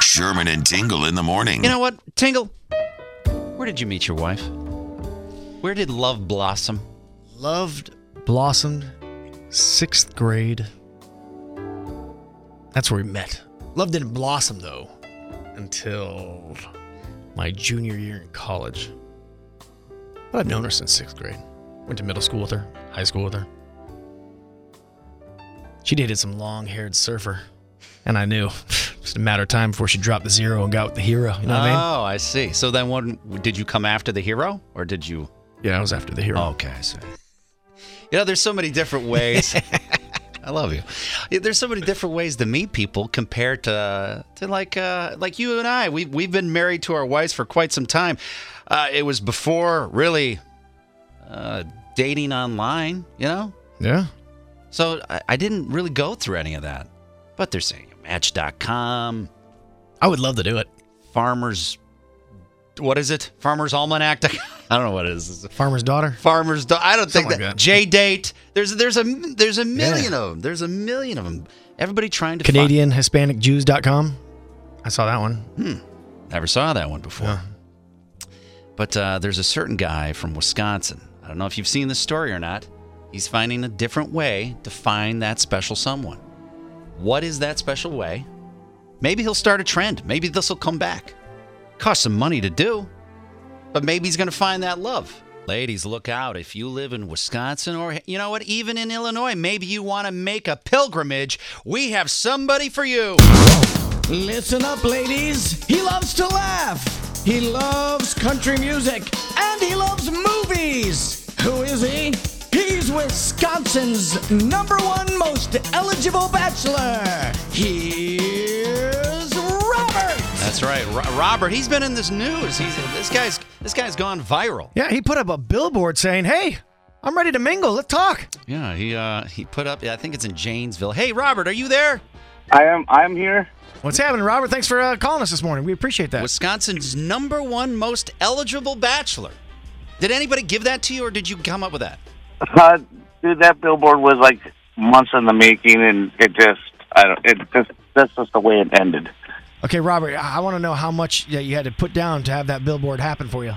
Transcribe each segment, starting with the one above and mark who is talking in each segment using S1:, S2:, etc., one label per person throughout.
S1: Sherman and Tingle in the morning.
S2: You know what, Tingle? Where did you meet your wife? Where did love blossom?
S3: Loved, blossomed, sixth grade. That's where we met. Love didn't blossom though until my junior year in college. But I've known her since sixth grade. Went to middle school with her, high school with her. She dated some long haired surfer, and I knew. Just a matter of time before she dropped the zero and got with the hero. You know
S2: oh,
S3: what I
S2: I see. So then, when did you come after the hero, or did you? oh,
S3: mean? Yeah, I was after the hero.
S2: Okay, I see. You know, there's so many different ways. I love you. Yeah, There's so many different ways to meet people compared to to like uh, like you and I. We we've been married to our wives for quite some time. Uh, it was before really uh, dating online. You know,
S3: Yeah.
S2: So I, I didn't really go through any of that. But they're saying Match.com,
S3: I would love to do it.
S2: Farmers, what is it? Farmers Almanac. I don't know what it is.
S3: Farmer's daughter.
S2: Farmers. Do- I don't think
S3: Something
S2: that,
S3: like that.
S2: J Date. There's there's a there's a million of them. There's a million of them. Everybody trying to find-
S3: Canadian Hispanic Jews.com. I saw that one.
S2: Never saw that one before.
S3: Yeah.
S2: But uh, there's a certain guy from Wisconsin. I don't know if you've seen this story or not. He's finding a different way to find that special someone. What is that special way? Maybe he'll start a trend. Maybe this will come back. Cost some money to do, but maybe he's going to find that love. Ladies, look out. If you live in Wisconsin or, you know what, even in Illinois, maybe you want to make a pilgrimage. We have somebody for you.
S4: Listen up, ladies. He loves to laugh. He loves country music. And he loves movies. Who is he? He's Wisconsin's number one most eligible bachelor. Here's Robert.
S2: That's right, Ro- Robert. He's been in this news. He's this guy's this guy's gone viral.
S3: Yeah, he put up a billboard saying, "Hey, I'm ready to mingle. Let's talk."
S2: Yeah, he uh he put up. I think it's in Janesville. Hey, Robert, are you there?
S5: I am. I am here.
S3: What's happening, Robert? Thanks for uh, calling us this morning. We appreciate that.
S2: Wisconsin's number one most eligible bachelor. Did anybody give that to you, or did you come up with that?
S5: Uh, dude, that billboard was like months in the making, and it just, I don't, it just, that's just the way it ended.
S3: okay, Robert, I, I want to know how much that you had to put down to have that billboard happen for you.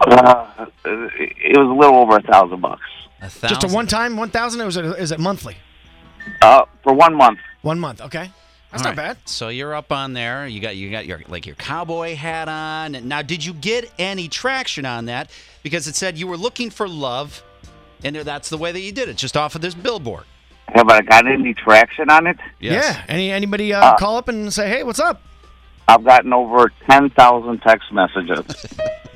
S5: Uh, it was a little over a thousand bucks
S2: A
S3: Just a
S2: thousand.
S3: one time, one thousand, or was it, is it monthly?
S5: uh, for one month.
S3: One month. Okay, that's
S2: All
S3: not
S2: right,
S3: bad.
S2: So you're up on there. You got you got your like your cowboy hat on. Now, did you get any traction on that? Because it said you were looking for love, and that's the way that you did it, just off of this billboard.
S5: Have I got any traction on it?
S2: Yes.
S3: Yeah. Any anybody uh, call up and say, "Hey, what's up?"
S5: I've gotten over ten thousand text messages.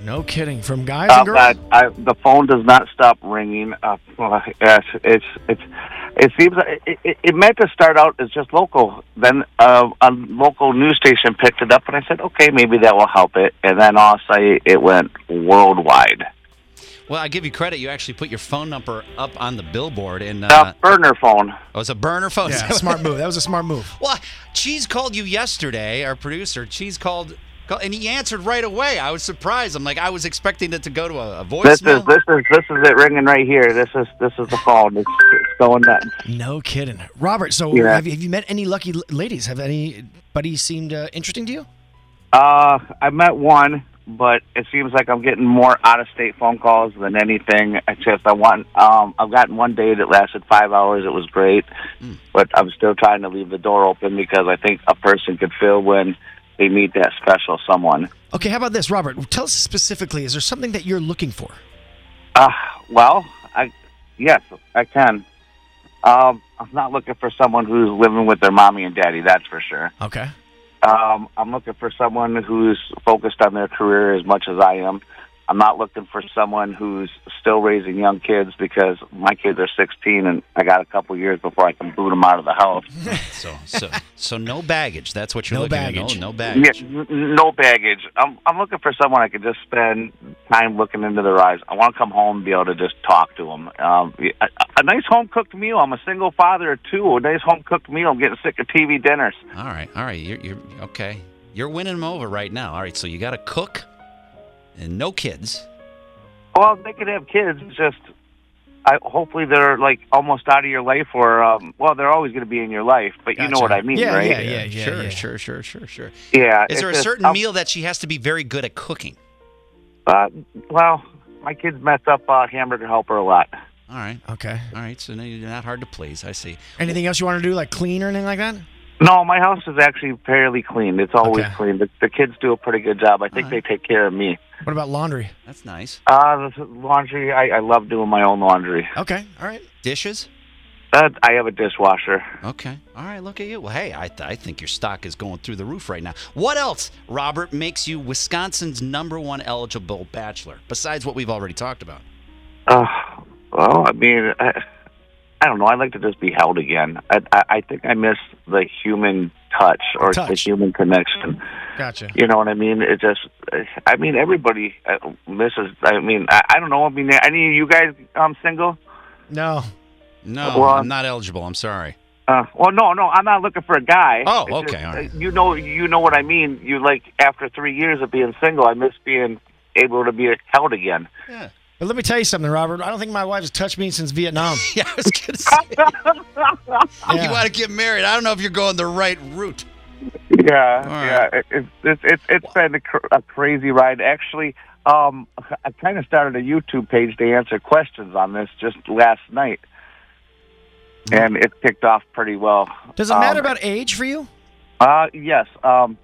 S3: No kidding. From guys
S5: I've
S3: and girls.
S5: got, Uh, I, the phone does not stop ringing. Uh, well, it's, it's, it's, it seems like it, it, it meant to start out as just local. Then uh, a local news station picked it up, and I said, okay, maybe that will help it. And then all of a sudden, it went worldwide.
S2: Well, I give you credit. You actually put your phone number up on the billboard, and
S5: Uh,
S2: uh,
S5: burner phone.
S2: it was a burner phone.
S3: yeah, smart move. That was a smart move.
S2: Well, Cheese called you yesterday, our producer. Cheese called, call- and he answered right away. I was surprised. I'm like, I was expecting it to go to a, a voicemail.
S5: This is this is this is it ringing right here. This is this is the phone. It's, it's going nuts.
S3: No kidding, Robert. So
S5: Yeah.
S3: have, you, have you met any lucky l- ladies? Have anybody seemed uh, interesting to you?
S5: Uh, I met one, but it seems like I'm getting more out of state phone calls than anything. I just I want um I've gotten one date that lasted five hours. It was great, but I'm still trying to leave the door open because I think a person could feel when they meet that special someone.
S3: Okay, how about this, Robert? Tell us specifically. Is there something that you're looking for?
S5: Uh, well, I yes I can. Um, I'm not looking for someone who's living with their mommy and daddy. That's for sure.
S3: Okay.
S5: Um, I'm looking for someone who's focused on their career as much as I am. I'm not looking for someone who's still raising young kids because my kids are 16 and I got a couple years before I can boot them out of the house.
S2: So so so no baggage. That's what you're
S3: No
S2: looking
S3: baggage.
S2: at. No, no
S5: Yeah,
S2: baggage.
S5: n- n- no baggage. I'm I'm looking for someone I could just spend time looking into their eyes. I want to come home and be able to just talk to them. Um, a, a nice home cooked meal. I'm a single father of two. A nice home cooked meal. I'm getting sick of TV dinners.
S2: All right, all right. You're you're okay. You're winning them over right now. All right, so you got to cook and no kids.
S5: Well, they could have kids. It's just I hopefully they're like almost out of your life, or um, well, they're always going to be in your life. But you know
S3: Gotcha.
S5: what I mean,
S3: Yeah,
S5: right?
S3: yeah, yeah, yeah,
S2: sure,
S3: yeah.
S2: sure, sure, sure, sure.
S5: Yeah,
S2: Is
S5: Uh, it's
S2: there a
S5: just-
S2: certain
S5: I'm-
S2: meal that she has to be very good at cooking?
S5: Uh, well, my kids mess up uh, hamburger helper a lot.
S2: All right,
S3: Okay.
S2: all right. So now you're not hard to please. I see.
S3: Anything else you want to do, like clean or anything like that?
S5: No, my house is actually fairly clean. It's always
S3: Okay.
S5: clean. The, the kids do a pretty good job. I think
S2: Alright.
S5: they take care of me.
S3: What about laundry?
S2: That's nice.
S5: Uh, the laundry, I, I love doing my own laundry.
S3: Okay. All right.
S2: Dishes.
S5: Uh, I have a dishwasher.
S2: Okay. All right. Look at you. Well, hey, I, th- I think your stock is going through the roof right now. What else, Robert, makes you Wisconsin's number one eligible bachelor besides what we've already talked about?
S5: Uh, well, I mean, I, I don't know. I like to just be held again. I, I, I think I miss the human touch or the
S3: Touch.
S5: human connection.
S3: Gotcha.
S5: You know what I mean? It just, I mean, everybody uh, misses. I mean, I, I don't know. I mean, any of you guys um, single?
S3: No.
S2: No,
S5: Well,
S2: I'm not eligible. I'm sorry.
S5: Uh, well, no, no, I'm not looking for a guy.
S2: Oh,
S5: It's just,
S2: okay, all right.
S5: uh, You know, you know what I mean. You like after three years of being single, I miss being able to be held again.
S2: Yeah.
S3: But let me tell you something, Robert. I don't think my wife's touched me since Vietnam.
S2: Yeah, I was gonna say.
S3: Yeah.
S2: You want to get married? I don't know if you're going the right route.
S5: Yeah,
S2: All
S5: yeah.
S2: right.
S5: It, it, it, it's it's been a, cr- a crazy ride. Actually, um, I kind of started a YouTube page to answer questions on this just last night, and it kicked off pretty well.
S3: Hmm. Does it
S5: Um,
S3: matter about age for you?
S5: Uh, yes. Um,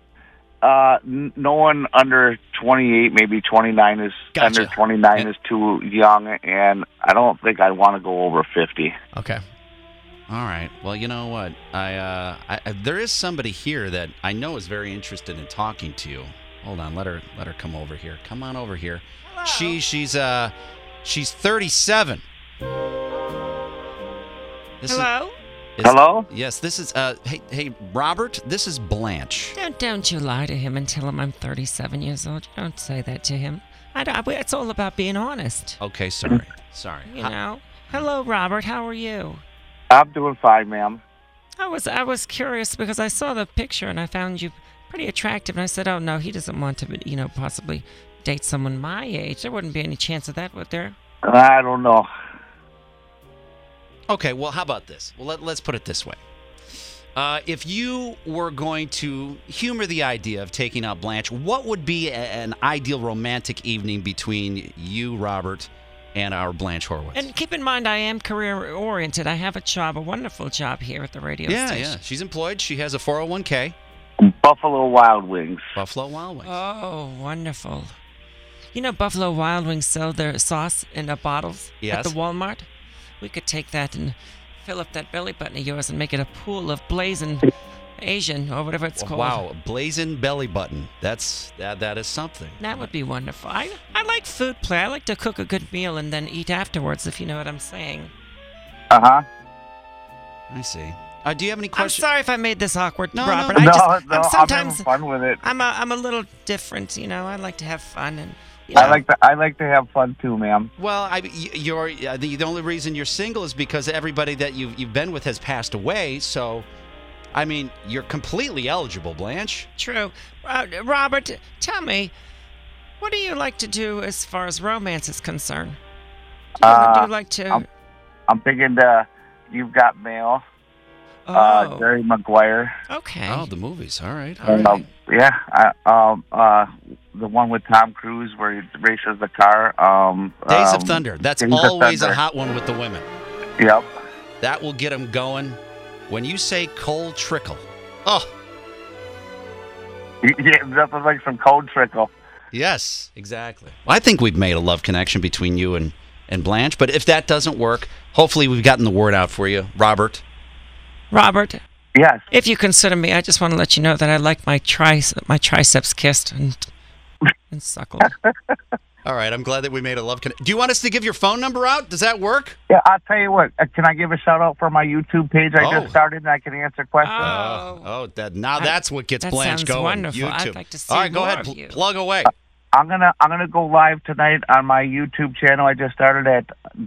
S5: uh, n- no one under 28, maybe 29 is
S3: Gotcha.
S5: under 29 is too young, and I don't think I want to go over 50.
S3: Okay.
S2: All right. Well, you know what? I, uh, I, I there is somebody here that I know is very interested in talking to you. Hold on. Let her let her come over here. Come on over here. She she's uh she's 37. This is-
S6: Hello?
S2: is-
S5: Hello?
S2: Yes. This is uh hey hey Robert. This is Blanche.
S6: Don't, don't you lie to him and tell him I'm 37 years old. You don't say that to him. I, don't- it's all about being honest,
S2: Okay. Sorry. Sorry.
S6: you know. Hello, Robert. How are you?
S5: I'm doing fine, ma'am.
S6: I was I was curious because I saw the picture and I found you pretty attractive and I said, "Oh no, he doesn't want to, you know, possibly date someone my age. There wouldn't be any chance of that, would there?"
S5: I don't know.
S2: Okay, well, how about this? Well, let, let's put it this way. Uh, if you were going to humor the idea of taking out Blanche, what would be a- an ideal romantic evening between you, Robert, and our Blanche Horowitz?
S6: And keep in mind I am career oriented. I have a job, a wonderful job here at the radio
S2: yeah,
S6: station.
S2: yeah. She's employed. She has a 401k,
S5: Buffalo Wild Wings.
S2: Buffalo Wild Wings.
S6: Oh, wonderful. You know Buffalo Wild Wings sell their sauce in uh, bottles
S2: Yes.
S6: at the Walmart? We could take that and fill up that belly button of yours and make it a pool of blazing Asian or whatever it's called.
S2: wow, blazing belly button. That's that, that is something.
S6: That would be wonderful. I, I like food play. I like to cook a good meal and then eat afterwards, if you know what I'm saying.
S5: Uh huh.
S2: I see. Uh, do you have any
S6: I'm
S2: questions?
S6: sorry if I made this awkward,
S2: No, no, no.
S6: Robert. I
S5: no,
S6: just,
S5: no,
S6: I'm
S5: having
S6: sometimes
S5: fun with it.
S6: I'm a, I'm a little different, you know. I like to have fun and you know,
S5: I like to I like to have fun too, ma'am.
S2: Well, I, y- you're uh, the, the only reason you're single is because everybody that you've you've been with has passed away. So, I mean, you're completely eligible, Blanche.
S6: True. Uh, Robert, tell me, what do you like to do as far as romance is concerned? Do you, do
S5: Uh,
S6: you like to?
S5: I'm- I'm thinking the you've got mail.
S6: oh,
S5: Uh, Jerry Maguire.
S6: okay.
S2: Oh, the movies. All right. All
S5: Um,
S2: right.
S5: yeah, I, um, uh, the one with Tom Cruise where he races the car. Um,
S2: Days
S5: um,
S2: of Thunder. That's
S5: Days of
S2: always a
S5: Thunder.
S2: hot one with the women.
S5: Yep.
S2: That will get them going. When you say cold trickle, oh
S5: Yeah, that was like some cold trickle.
S2: yes, exactly. Well, I think we've made a love connection between you and and Blanche. But if that doesn't work, hopefully we've gotten the word out for you, Robert.
S6: Robert,
S5: Yes.
S6: if you consider me, I just want to let you know that I like my trice my triceps kissed and and suckled.
S2: All right, I'm glad that we made a love connection. Do you want us to give your phone number out? Does that work?
S5: Yeah, I'll tell you what. uh, Can I give a shout out for my YouTube page I
S2: Oh.
S5: just started and I can answer questions?
S6: Oh.
S2: Oh, that now that's what gets
S6: that
S2: Blanche
S6: sounds
S2: going.
S6: wonderful.
S2: YouTube.
S6: I'd like to see
S2: All right, go
S6: more
S2: ahead,
S6: of
S2: pl-
S6: you.
S2: plug away.
S5: I'm gonna I'm gonna go live tonight on my YouTube channel. I just started at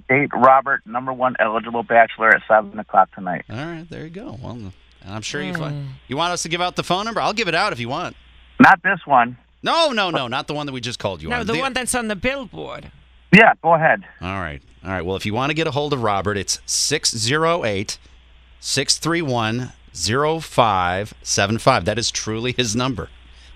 S5: Date Robert, number one eligible bachelor at seven o'clock tonight.
S2: All right, there you go. Well, and I'm sure you
S6: Hmm.
S2: find. You want us to give out the phone number? I'll give it out if you want.
S5: Not this one.
S2: No, no, no, not the one that we just called you
S6: No,
S2: on.
S6: the one that's on the billboard.
S5: Yeah, go ahead.
S2: All right. All right. Well, if you want to get a hold of Robert, it's 608 631 0575. That is truly his number.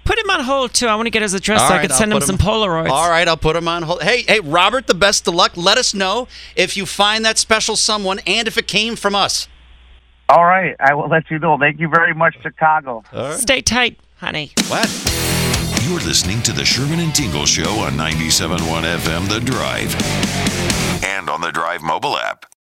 S6: Put him on hold too. I want to get his address
S2: All
S6: so
S2: right,
S6: I could
S2: I'll
S6: send him
S2: put
S6: some
S2: him-
S6: Polaroids.
S2: All right. I'll put him on hold. Hey, hey, Robert, the best of luck. Let us know if you find that special someone and if it came from us.
S5: All right, I will let you know. Thank you very much, Chicago.
S6: Stay tight, honey.
S2: What?
S1: You're listening to the Sherman and Tingle Show on 97.1 FM The Drive and on the Drive mobile app.